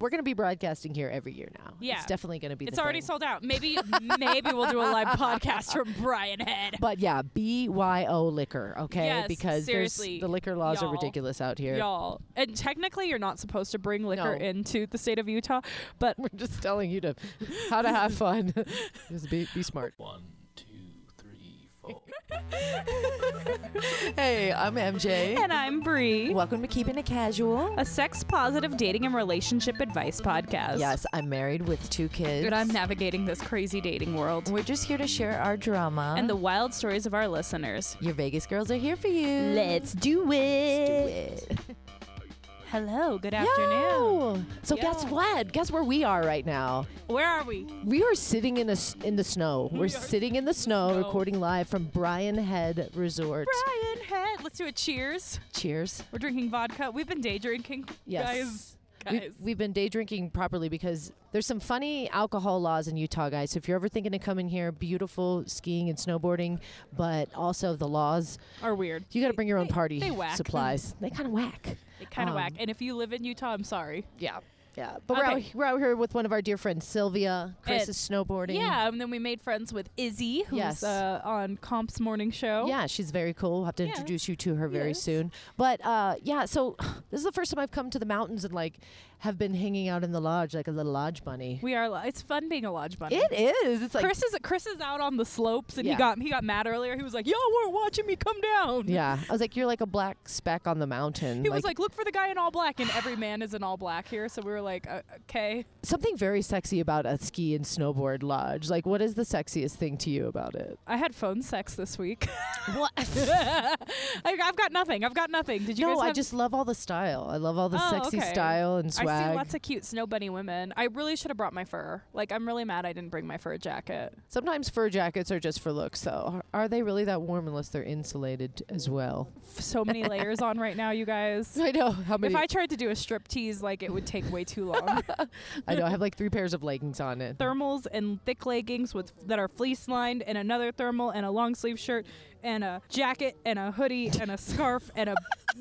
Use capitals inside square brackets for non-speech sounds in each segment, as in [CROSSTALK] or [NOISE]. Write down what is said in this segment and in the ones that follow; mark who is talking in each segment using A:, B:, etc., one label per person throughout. A: we're going to be broadcasting here every year now.
B: Yeah.
A: It's definitely going to be
B: It's
A: the
B: already
A: thing.
B: sold out. Maybe maybe we'll do a live podcast from Brian Head.
A: But yeah, BYO liquor, okay?
B: Yes,
A: because there's-
B: seriously,
A: the liquor laws
B: y'all.
A: are ridiculous out here.
B: Y'all, and technically, you're not supposed to bring liquor
A: No.
B: into the state of Utah,
A: [LAUGHS]
B: but
A: We're just telling you to how to have fun. [LAUGHS] just be, be smart.
C: One, two, three, four.
A: [LAUGHS] Hey, I'm MJ.
B: and I'm Bree,
A: Welcome to Keeping It Casual.
B: a sex positive dating and relationship advice podcast.
A: Yes, I'm married with two kids.
B: and I'm navigating this crazy dating world
A: We're just here to share our drama.
B: and the wild stories of our listeners.
A: your Vegas girls are here for you.
B: do
A: Let's do
B: it.
A: it.
B: Hello, good afternoon.
A: Yo! So guess
B: Yeah.
A: what? Guess where we are right now?
B: Where are we?
A: We are sitting in a s in the snow. We're
B: are
A: sitting in the snow,
B: snow.
A: recording live from Brian Head Resort.
B: Brian Head. Let's do a cheers.
A: Cheers.
B: We're drinking vodka. We've been day drinking.
A: Yes.
B: Guys.
A: We-
B: Guys.
A: We've been day drinking properly because there's some funny alcohol laws in Utah, guys. So if you're ever thinking of coming here, beautiful skiing and snowboarding, but also the laws,
B: are weird.
A: you got to bring your own
B: They-
A: party
B: they whack.
A: supplies. They kind of whack.
B: It kind of
A: Um,
B: whack. And if you live in Utah, I'm sorry.
A: Yeah. Yeah. But we're, out,
B: Okay.
A: we're out here with one of our dear friends, Sylvia. Chris
B: And-
A: is snowboarding.
B: Yeah, and then we made friends with Izzy, who's
A: Yes.
B: uh, on Comp's morning show.
A: Yeah, she's very cool. We'll have to
B: Oh. Yeah.
A: introduce you to her very
B: Yes.
A: soon. But uh, yeah, so [SIGHS] this is the first time I've come to the mountains and like have been hanging out in the lodge like a little lodge bunny.
B: we are. li- It's fun being a lodge bunny.
A: It is. It's like
B: Chris is Chris is out on the slopes, and
A: Yeah.
B: he got he got mad earlier. He was like, "Y'all weren't watching me come
A: [LAUGHS]
B: down."
A: yeah. I was like, you're like a black speck on the mountain.
B: He was like, "Look for the guy in all black," and every man is in all black here. So we were like, uh, "Okay."
A: something very sexy about a ski and snowboard lodge. Like, what is the sexiest thing to you about it?
B: I had phone sex this week. [LAUGHS]
A: What?
B: I, I've got nothing. I've got nothing. Did you
A: no,
B: guys?
A: I
B: have-
A: just love all the style. I love all the
B: Oh,
A: sexy
B: okay.
A: style and swag.
B: I see lots of cute snow bunny women. I really should have brought my fur. Like I'm really mad I didn't bring my fur jacket.
A: Sometimes fur jackets are just for looks, though. Are they really that warm unless they're insulated as well?
B: F- So many layers on right now, you guys.
A: I know how many.
B: [LAUGHS] If I tried to do a strip tease, like it would take way too [LAUGHS] long.
A: I know. I have like three pairs of leggings on it.
B: Thermals and thick leggings with that are fleece lined, and another thermal and a long sleeve shirt and a jacket and a hoodie and a scarf and [LAUGHS] a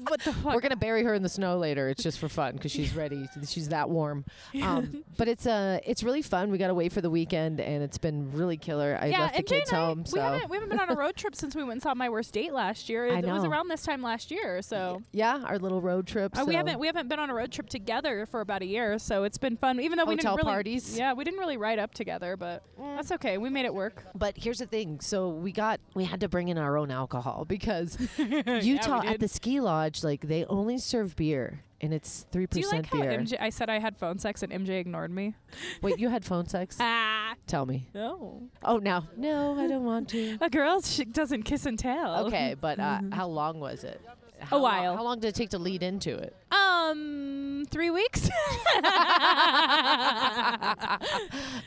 B: what the fuck?
A: We're gonna bury her in the snow later. It's just for fun because she's ready. She's that warm.
B: [LAUGHS]
A: Um, but it's uh, it's really fun. We got away for the weekend and it's been really killer. I left the
B: and Jay
A: kids
B: and I,
A: home.
B: we
A: So
B: haven't we haven't been on
A: [LAUGHS]
B: a road trip since we went and saw my worst date last year. It,
A: I
B: it was
A: know.
B: around this time last year, so
A: yeah, our little road trip.
B: Uh, we
A: so-
B: haven't we haven't been on a road trip together for about a year, so it's been fun. Even though we
A: Hotel
B: didn't really,
A: parties. Mm.
B: yeah, we didn't really ride up together, but that's okay. We made it work. [LAUGHS]
A: But here's the thing. So we got we had to bring in our own alcohol
B: [LAUGHS]
A: because Utah at
B: did.
A: the ski lodge, like they only serve beer and it's three
B: Do you like
A: percent
B: how
A: beer.
B: MJ? I said I had phone sex and MJ ignored me.
A: Wait, you had phone
B: [LAUGHS]
A: sex?
B: Ah,
A: Tell me.
B: no.
A: Oh, now no, I don't want [LAUGHS] to.
B: A girl sh- doesn't kiss and tell. [LAUGHS]
A: Okay, but uh, how long was it? How lo-
B: Mm-hmm. while.
A: how long did it take to lead into
B: [LAUGHS]
A: it?
B: Um, three weeks. [LAUGHS]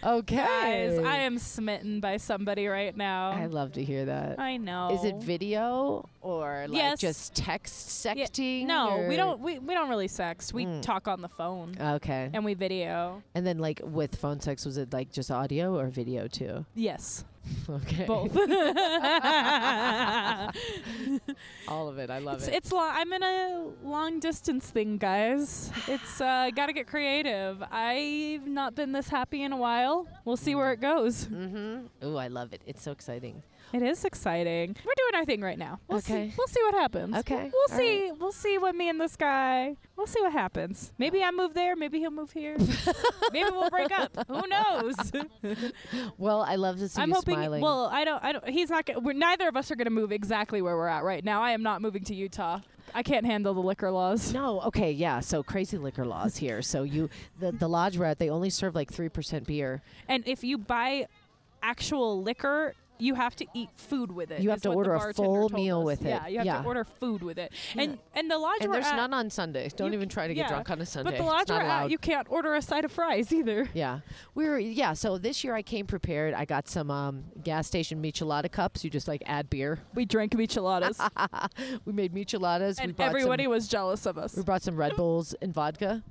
A: Okay.
B: Guys, I am smitten by somebody right now.
A: I love to hear that. Is
B: I know.
A: it video or like
B: Yes.
A: just text
B: Yeah,
A: sexting?
B: No, we
A: or-
B: don't. We, we don't really sex. We
A: Mm.
B: talk on the phone
A: Okay.
B: and we video.
A: And then like with phone sex, was it like just audio or video too? [LAUGHS]
B: Yes.
A: Okay. [LAUGHS]
B: both.
A: All of it. I love
B: it's
A: it.
B: it's long. I'm in a long distance thing, guys. It's uh, got to get creative. I've not been this happy in a while. We'll see where it goes.
A: mm-hmm. Ooh, I love it. It's so exciting.
B: It is exciting. We're doing our thing right now. We'll
A: Okay.
B: See, we'll see what happens.
A: Okay.
B: We'll
A: All
B: see. We'll see what me and this guy. We'll see what happens. Maybe I move there. Maybe he'll move
A: [LAUGHS]
B: here. maybe we'll break up. Who knows?
A: Well, I love to see
B: I'm
A: you
B: hoping.
A: smiling.
B: Well, I don't. I don't. He's not. gonna- We're neither of us are going to move exactly where we're at right now. I am not moving to Utah. I can't handle the liquor laws.
A: no, okay, yeah. So crazy liquor laws here. So you, the, the lodge we're at, they only serve like three percent beer.
B: And if you buy actual liquor, you have to eat food with it.
A: You have
B: is
A: to
B: what the
A: order a
B: bartender
A: full
B: told
A: meal
B: us.
A: with it.
B: Yeah, you have
A: Yeah.
B: to order food with it. And and the lodge
A: And
B: we're
A: there's
B: at,
A: none on Sunday. Don't
B: you-
A: even try to get
B: yeah.
A: drunk on a Sunday.
B: but the
A: It's
B: lodge we're
A: not allowed.
B: at, you can't order a side of
A: [LAUGHS]
B: fries either.
A: Yeah, we were. Yeah, so this year I came prepared. I got some um, gas station michelada cups. You just like add beer. [LAUGHS]
B: We drank micheladas,
A: We made micheladas. we
B: [LAUGHS] and
A: brought
B: everybody
A: Some,
B: was jealous of us.
A: we brought some Red Bulls and vodka.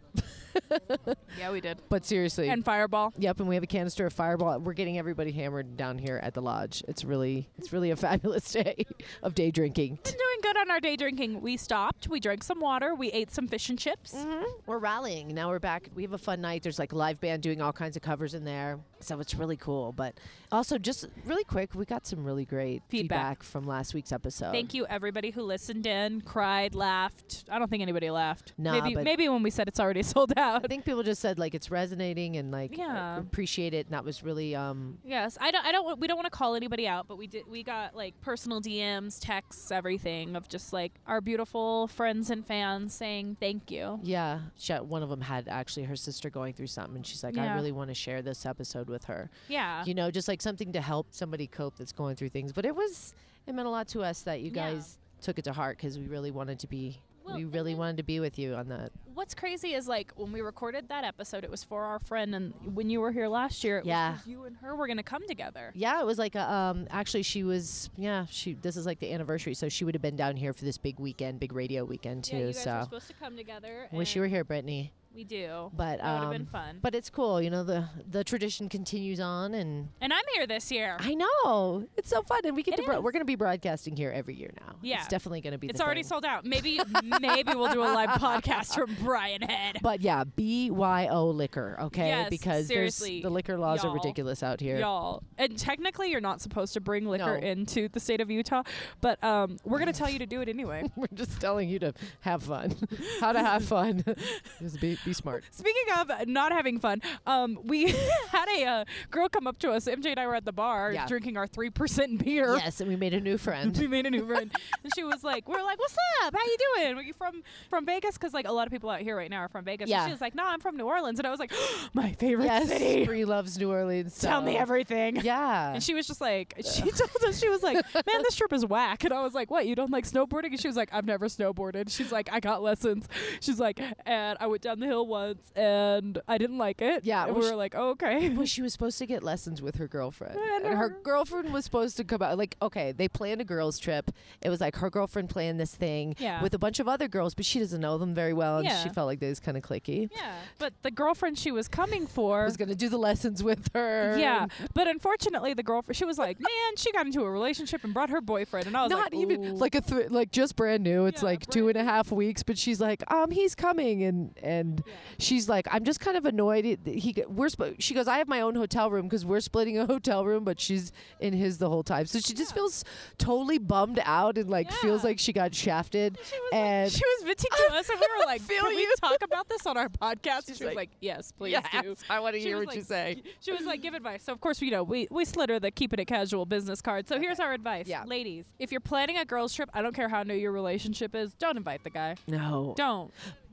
B: Yeah, we did.
A: But seriously.
B: And Fireball.
A: Yep, and we have a canister of Fireball. We're getting everybody hammered down here at the lodge. It's really, it's really a [LAUGHS] fabulous day of day drinking.
B: Been doing good on our day drinking. We stopped. We drank some water. We ate some fish and chips.
A: Mm. We're rallying. Now we're back. We have a fun night. There's like a live band doing all kinds of covers in there. So it's really cool. But also, just really quick, we got some really great feedback,
B: Feedback.
A: from last week's episode.
B: Thank you, everybody who listened in, cried, laughed. I don't think anybody laughed.
A: Nah,
B: maybe
A: but-
B: maybe when we said it's already [LAUGHS] sold
A: I
B: out.
A: think people just said like it's resonating and like
B: Yeah.
A: appreciate it. And that was really, um,
B: Yes, I don't. I don't. We don't want to call anybody out, but we did. We got like personal DMs, texts, everything of just like our beautiful friends and fans saying thank you.
A: yeah. She, one of them had actually her sister going through something. And she's like, I
B: Yeah.
A: really want to share this episode with her.
B: Yeah.
A: you know, just like something to help somebody cope that's going through things. But it was, it meant a lot to us that you
B: Yeah.
A: guys took it to heart because we really wanted to be,
B: Well,
A: we
B: and
A: really
B: then-
A: wanted to be with you on that.
B: What's crazy is like when we recorded that episode, it was for our friend, and when you were here last year, it was
A: Yeah.
B: 'cause you and her were gonna come together.
A: Yeah, it was like a, um, actually she was, yeah, she, this is like the anniversary. So she would have been down here for this big weekend, big radio weekend too.
B: yeah, you guys were
A: so
B: supposed to come together.
A: I wish you were here, Brittany.
B: We do.
A: But,
B: that would have
A: um,
B: been fun.
A: But it's cool. You know, the, the tradition continues on and
B: and I'm here this year.
A: I know it's so fun. And we get
B: It
A: to, bro-
B: is.
A: we're going to be broadcasting here every year now.
B: Yeah.
A: It's definitely going to be
B: It's
A: the
B: already
A: thing.
B: sold out. Maybe maybe we'll do
A: [LAUGHS]
B: a live podcast from Brian Head.
A: But yeah, BYO liquor, okay?
B: Yes,
A: because there's,
B: seriously,
A: the liquor laws are
B: y'all.
A: ridiculous out here.
B: Y'all, and technically you're not supposed to bring liquor
A: No.
B: into the state of Utah, but um, we're gonna tell you to do it anyway.
A: [LAUGHS] [LAUGHS] We're just telling you to have fun. [LAUGHS] How to
B: [LAUGHS]
A: have fun. [LAUGHS] just be, be smart.
B: Speaking of not having fun, um, we [LAUGHS] had a uh, girl come up to us. MJ and I were at the bar
A: Yeah.
B: drinking our three percent beer.
A: Yes, and we made a new friend.
B: [LAUGHS] We made an
A: [LAUGHS]
B: Uber, and and she was like, "We're like, what's up? How you doing? Are you from from Vegas? Because like a lot of people out here right now are from Vegas." And
A: Yeah.
B: she was like, "No, I'm from New Orleans," and I was like, [GASPS] "My favorite
A: yes,
B: city.
A: Bree loves New Orleans.
B: Tell me
A: so-
B: everything."
A: Yeah.
B: [LAUGHS] And she was just like, she told us, she was like, man, this trip is whack. And I was like, what, you don't like snowboarding? And she was like, I've never snowboarded. She's like, I got lessons. She's like, and I went down the hill once and I didn't like it.
A: Yeah,
B: And
A: well,
B: we
A: she-
B: were like, oh,
A: [LAUGHS]
B: okay.
A: well, she was supposed to get lessons with her girlfriend.
B: And
A: And her
B: her-
A: girlfriend was supposed to come out. Like, okay, they planned a girls' trip. It was like her girlfriend planned this thing
B: Yeah.
A: with a bunch of other girls, but she doesn't know them very well. And she
B: Yeah.
A: felt like they was kind of clicky.
B: [LAUGHS] Yeah. But the girlfriend she was coming for.
A: Was going to do the lessons with her.
B: yeah,
A: and-
B: but unfortunately, the girlfriend she was like, "Man, she got into a relationship and brought her boyfriend," and I was
A: not
B: like,
A: even
B: "Ooh."
A: like a th- like just brand new. It's
B: Yeah,
A: like two and
B: brand
A: a half weeks, but she's like, um, he's coming, and and
B: Yeah.
A: she's like, I'm just kind of annoyed. it- that He g- we're sp- she goes, I have my own hotel room because we're splitting a hotel room, but she's in his the whole time, so she just
B: Yeah.
A: feels totally bummed out and like feels
B: Yeah.
A: like she got shafted.
B: She was,
A: And-
B: like, she was meticulous, and we [LAUGHS] were like,
A: Feel
B: "Can we
A: you."
B: talk about this on our podcast?" And
A: She's
B: she was
A: like,
B: like, "Yes, please do."
A: I want to
B: She was like- She was like, give advice. So, of course, you know, we, we slid her the keep it a casual business card. So, here's our advice.
A: Yeah.
B: Ladies, if you're planning a girls' trip, I don't care how new your relationship is, don't invite the guy.
A: No,
B: Don't.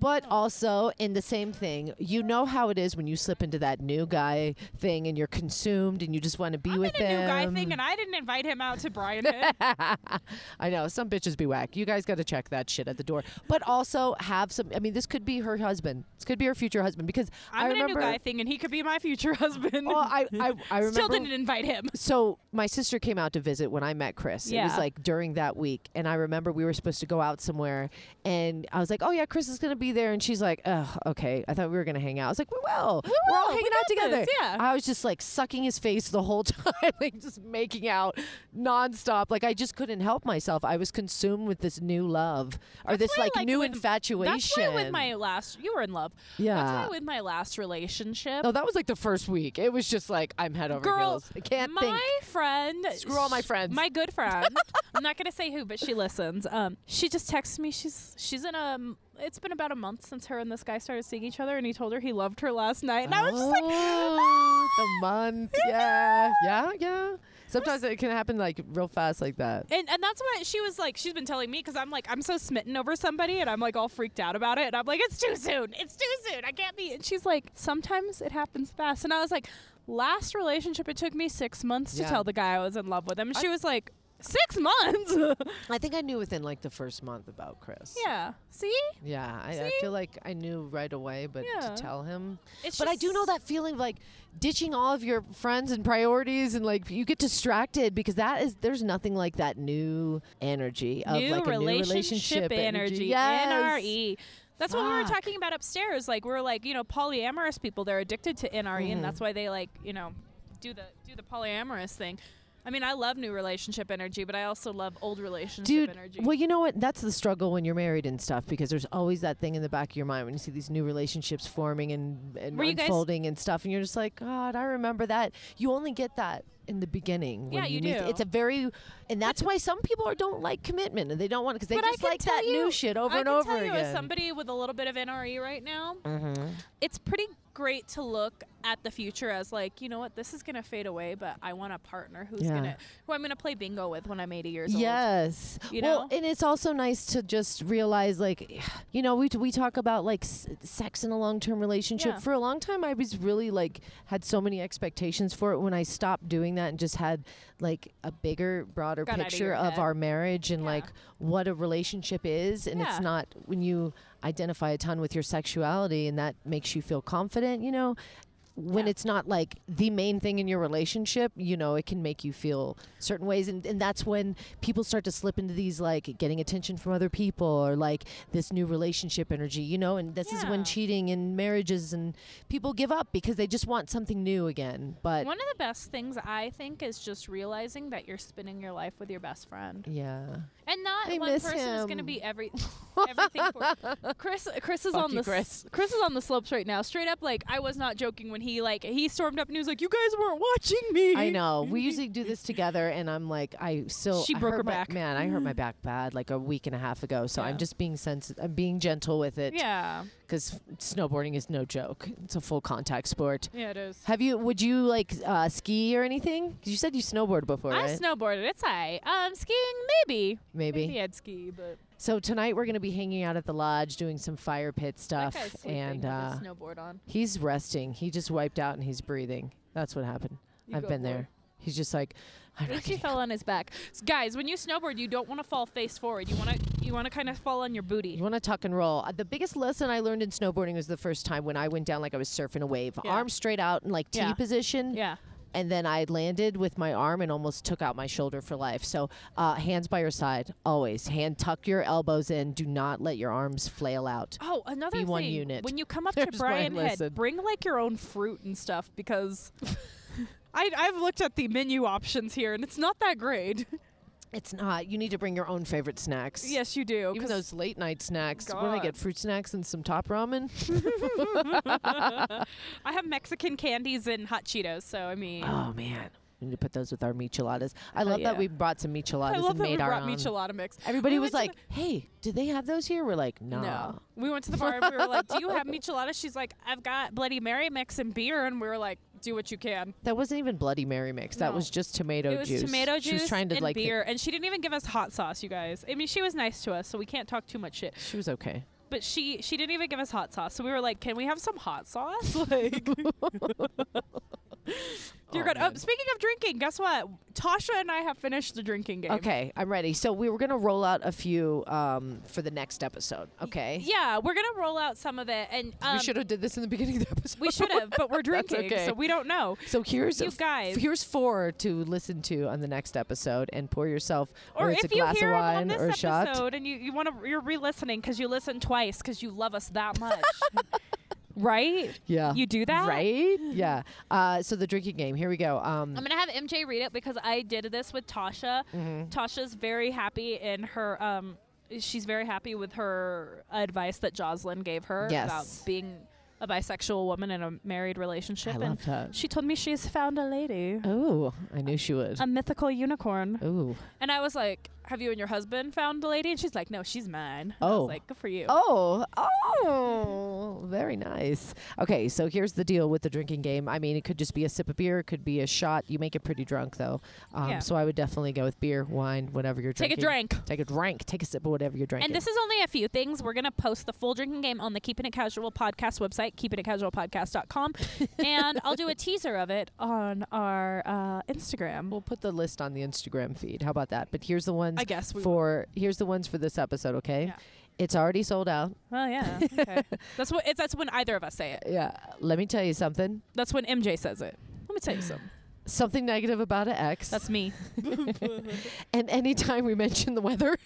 A: But also in the same thing, you know how it is when you slip into that new guy thing and you're consumed and you just want to be
B: I'm
A: with
B: in a new guy
A: them.
B: thing, and I didn't invite him out to Brian.
A: [LAUGHS]
B: Head.
A: I know some bitches be whack. You guys got to check that shit at the door. But also have some. I mean, this could be her husband. This could be her future husband because I
B: I'm in a new
A: remember.
B: guy thing, and he could be my future [LAUGHS] husband.
A: Well, I,
B: [LAUGHS]
A: I, I remember.
B: Still didn't invite him.
A: so my sister came out to visit when I met Chris. It was
B: Yeah.
A: like during that week, and I remember we were supposed to go out somewhere, and I was like, "Oh yeah, Chris is gonna be there," and she's like, "Oh okay." I thought we were gonna hang out. I was like, "We will. We're all
B: will. We
A: hanging out
B: got
A: together."
B: this. Yeah.
A: I was just like sucking his face the whole [LAUGHS] time, like just making out nonstop. Like I just couldn't help myself. I was consumed with this new love or
B: That's
A: this
B: why I
A: like,
B: like
A: new
B: with-
A: infatuation.
B: That's why with my last, you were in love. That's
A: yeah.
B: why with my last relationship,
A: no, that was like the first week. It was just like I'm head over
B: Girl,
A: heels. I can't
B: my
A: think.
B: friend
A: Screw all my
B: sh-
A: friends. [LAUGHS]
B: my good friend i'm not gonna say who but she listens um she just texts me she's she's in a it's been about a month since her and this guy started seeing each other and he told her he loved her last night and i was just like
A: Oh, the [LAUGHS] month. Yeah. Yeah. Yeah. Sometimes it can happen like real fast like that.
B: and, and that's why she was like she's been telling me because i'm like i'm so smitten over somebody and i'm like all freaked out about it and i'm like it's too soon it's too soon i can't be and she's like sometimes it happens fast and i was like last relationship it took me six months to
A: Yeah.
B: tell the guy i was in love with him and she was like six months [LAUGHS]
A: I think I knew within like the first month about Chris.
B: yeah see
A: Yeah. I, I
B: See?
A: feel like I knew right away, but
B: Yeah.
A: to tell him.
B: It's
A: but I do
B: just-
A: know that feeling of like ditching all of your friends and priorities and like you get distracted because that is, there's nothing like that new energy of
B: new
A: like a
B: relationship,
A: new relationship
B: energy.
A: Yes.
B: NRE. That's what we were
A: Fuck.
B: talking about upstairs. Like we're like, you know, polyamorous people, they're addicted to NRE and
A: Mm-hmm.
B: that's why they like, you know, do the do the polyamorous thing. I mean, I love new relationship energy, but I also love old relationship
A: Dude,
B: energy.
A: well, you know what? That's the struggle when you're married and stuff because there's always that thing in the back of your mind when you see these new relationships forming and, and
B: Were you guys-
A: unfolding and stuff, and you're just like, God, I remember that. You only get that in the beginning. when
B: Yeah, you
A: meet-
B: do.
A: It's a very, and that's why some people are, don't like commitment and they don't want it because they
B: but I
A: just
B: can
A: like
B: tell
A: that
B: you,
A: new shit over
B: I
A: and
B: can
A: over
B: tell
A: again.
B: you as somebody with a little bit of NRE right now, it's pretty great to look at the future as like, you know what, this is gonna fade away, but I want a partner who's
A: Yeah.
B: gonna who I'm gonna play bingo with when I'm 80 years old.
A: Yes.
B: you
A: well,
B: know?
A: and it's also nice to just realize, like, [SIGHS] you know, we we talk about like s- sex in a long term relationship.
B: Yeah.
A: For a long time, I was really like had so many expectations for it. When I stopped doing that and just had like a bigger, broader
B: Got out of
A: picture
B: your
A: of,
B: head.
A: our marriage and
B: Yeah.
A: like what a relationship is, and
B: Yeah.
A: it's not when you identify a ton with your sexuality and that makes you feel confident. You know. When
B: Yeah.
A: it's not like the main thing in your relationship, you know, it can make you feel certain ways and, and that's when people start to slip into these like getting attention from other people or like this new relationship energy you know and this is
B: Yeah.
A: when cheating and marriages and people give up because they just want something new again but
B: One of the best things I think is just realizing that you're spinning your life with your best friend,
A: yeah
B: [LAUGHS] and not
A: I
B: one
A: miss
B: person is going to
A: him.
B: be every
A: [LAUGHS]
B: everything. For Chris, Chris is
A: Fuck
B: on
A: you,
B: the s- Chris is on the slopes right now. Straight up, like I was not joking when he like he stormed up and he was like, "You guys weren't watching me."
A: I know.
B: [LAUGHS]
A: We usually do this together, and I'm like, I still.
B: She
A: I
B: broke
A: hurt
B: her
A: my-
B: back.
A: Man, I
B: [LAUGHS]
A: hurt my back bad like a week and a half ago. So
B: Yeah.
A: I'm just being sensitive. I'm being gentle with it.
B: Yeah,
A: Because snowboarding is no joke. It's a full contact sport.
B: yeah, it is.
A: Have you? Would you like uh, ski or anything? 'Cause you said you snowboard before,
B: I
A: right?
B: snowboarded. It's high. Um, skiing maybe.
A: Maybe.
B: Maybe I'd ski, but
A: So tonight we're going to be hanging out at the lodge doing some fire pit
B: that
A: stuff,
B: guy's sleeping
A: and
B: with
A: uh,
B: his snowboard on.
A: he's resting. He just wiped out and he's breathing. That's what happened.
B: You
A: I've
B: go
A: been
B: for it.
A: there. He's just like, I'm
B: At
A: not
B: least he
A: getting
B: fell on his back. S- guys, when you snowboard, you don't want to fall face forward. You want to you want to kind of fall on your booty.
A: You want to tuck and roll. Uh, The biggest lesson I learned in snowboarding was the first time when I went down like I was surfing a wave,
B: Yeah.
A: arm straight out in like T
B: Yeah.
A: position,
B: Yeah.
A: and then I landed with my arm and almost took out my shoulder for life. So, uh, hands by your side always. Hand tuck your elbows in. Do not let your arms flail out.
B: Oh, another
A: Be
B: thing.
A: one unit.
B: When you
A: [LAUGHS]
B: come up to
A: There's my
B: Brian Head,
A: lesson.
B: bring like your own fruit and stuff
A: [LAUGHS]
B: because I, I've looked at the menu options here and it's not that great. [LAUGHS]
A: It's not. You need to bring your own favorite snacks.
B: yes, you do.
A: Even
B: 'cause
A: those late night snacks. What do I
B: God.
A: get? Fruit snacks and some top
B: [LAUGHS]
A: ramen?
B: I have Mexican candies and hot Cheetos, so I mean,
A: Oh, man. We need to put those with our micheladas. I love
B: yeah.
A: that we brought some
B: I
A: micheladas
B: love
A: and
B: that
A: made
B: we
A: our
B: brought
A: own.
B: michelada mix.
A: Everybody
B: We
A: was
B: went
A: like,
B: to
A: "Hey, do they have those here?" We're like,
B: the-
A: "No."
B: no. We went to the bar and we were like, "Do you have micheladas?" She's like, "I've got Bloody Mary mix and beer," and we were like, "Do what you can."
A: That wasn't even Bloody Mary mix. That
B: No.
A: was just tomato
B: It was
A: juice.
B: tomato juice
A: She was trying to
B: and
A: like. think-
B: beer, and she didn't even give us hot sauce, you guys. I mean, she was nice to us, so we can't talk too much shit.
A: she was okay.
B: But she she didn't even give us hot sauce, so we were like, "Can we have some hot sauce?" [LAUGHS]
A: [LAUGHS]
B: Like, you're
A: Oh,
B: good. Oh,
A: man.
B: speaking of drinking, guess what? Tasha and I have finished the drinking game.
A: Okay, I'm ready. So we were gonna roll out a few um, for the next episode. Okay.
B: Yeah, we're gonna roll out some of it, and um,
A: we should have did this in the beginning of the episode. [LAUGHS]
B: we should have, but we're
A: That's
B: drinking,
A: okay.
B: so we don't know.
A: So here's
B: You
A: f-
B: guys.
A: here's four to listen to on the next episode and pour yourself
B: Or
A: whether it's
B: if
A: a glass
B: you hear
A: of wine
B: it on
A: or a
B: this
A: shot.
B: episode and you, you want to, you're re-listening because you listen twice because you love us that
A: [LAUGHS]
B: much, right?
A: Yeah.
B: You do that? [LAUGHS]
A: Right? Yeah. Uh, so the drinking game. Here we go. Um, mm-hmm.
B: I'm gonna have MJ read it because I did this with Tasha. Tasha's very happy in her. Um, she's very happy with her advice that Jocelyn gave her about
A: Yes.
B: being a bisexual woman in a married relationship.
A: I
B: and
A: love that.
B: she told me she's found a lady,
A: Oh, I knew she would.
B: a mythical unicorn.
A: Oh.
B: And I was like, "Have you and your husband found a lady?" And she's like, "No, she's mine." And I
A: Oh.
B: was like, "Good for you."
A: Oh,
B: Mm-hmm.
A: oh, very nice. Okay, so here's the deal with the drinking game. I mean, it could just be a sip of beer, it could be a shot. You make it pretty drunk, though. Um,
B: Yeah.
A: So I would definitely go with beer, wine, whatever you're
B: Take a
A: drinking.
B: drink.
A: Take a drink. Take a sip of whatever you're drinking.
B: And this is only a few things. We're going to post the full drinking game on the Keeping It Casual podcast website,
A: [LAUGHS]
B: keepingitcasualpodcast.com. and I'll do a teaser of it on our uh, Instagram.
A: We'll put the list on the Instagram feed. How about that? But here's the ones
B: I guess we will.
A: for here's the ones for this episode. Okay,
B: Yeah.
A: it's already sold out.
B: Oh, yeah.
A: [LAUGHS]
B: Okay. that's, what, it's, that's when either of us say it.
A: Yeah, let me tell you something.
B: That's when MJ says it. Let me tell you something.
A: Something negative about an ex.
B: That's me.
A: and anytime [LAUGHS] we mention the weather,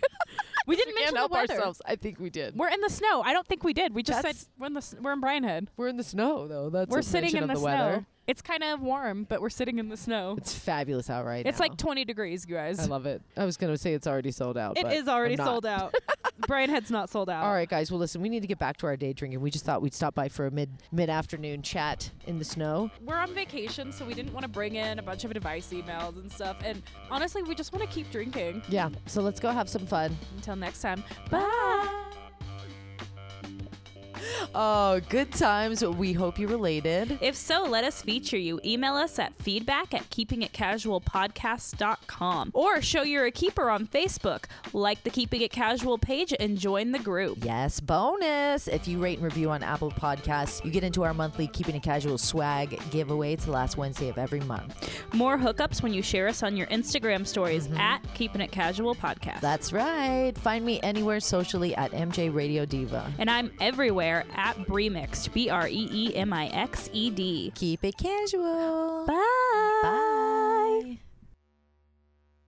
B: We didn't mention the weather.
A: I think we did.
B: We're in the snow. I don't think we did. We just
A: That's-
B: said we're in the s- we're in Bryan Head.
A: We're in the snow though. That's
B: we're
A: a
B: sitting
A: mention
B: in the,
A: of the,
B: snow.
A: weather.
B: It's kind of warm, but we're sitting in the snow.
A: It's fabulous out right
B: It's
A: now.
B: like 20 degrees, you
A: I
B: guys.
A: love it. I was gonna say it's already sold out.
B: It
A: but
B: is already
A: I'm not.
B: sold
A: [LAUGHS]
B: out. Bryan Head's not sold out.
A: All right, guys. Well, listen, we need to get back to our day drinking. We just thought we'd stop by for a mid mid afternoon chat in the snow.
B: We're on vacation, so we didn't want to bring in a bunch of advice emails and stuff. And honestly, we just want to keep drinking.
A: Yeah. So let's go have some fun.
B: Until next time, bye.
A: Oh, good times. We hope you related.
B: If so, let us feature you. Email us at feedback at keepingitcasualpodcast.com or show you're a keeper on Facebook. Like the Keeping It Casual page and join the group.
A: Yes, bonus. If you rate and review on Apple Podcasts, you get into our monthly Keeping It Casual swag giveaway. It's the last Wednesday of every month.
B: More hookups when you share us on your Instagram stories at Keeping It Casual Podcast.
A: That's right. Find me anywhere socially at MJ Radio Diva.
B: and I'm everywhere at Bremixed, B R E E M I X E D.
A: Keep it casual.
B: Bye.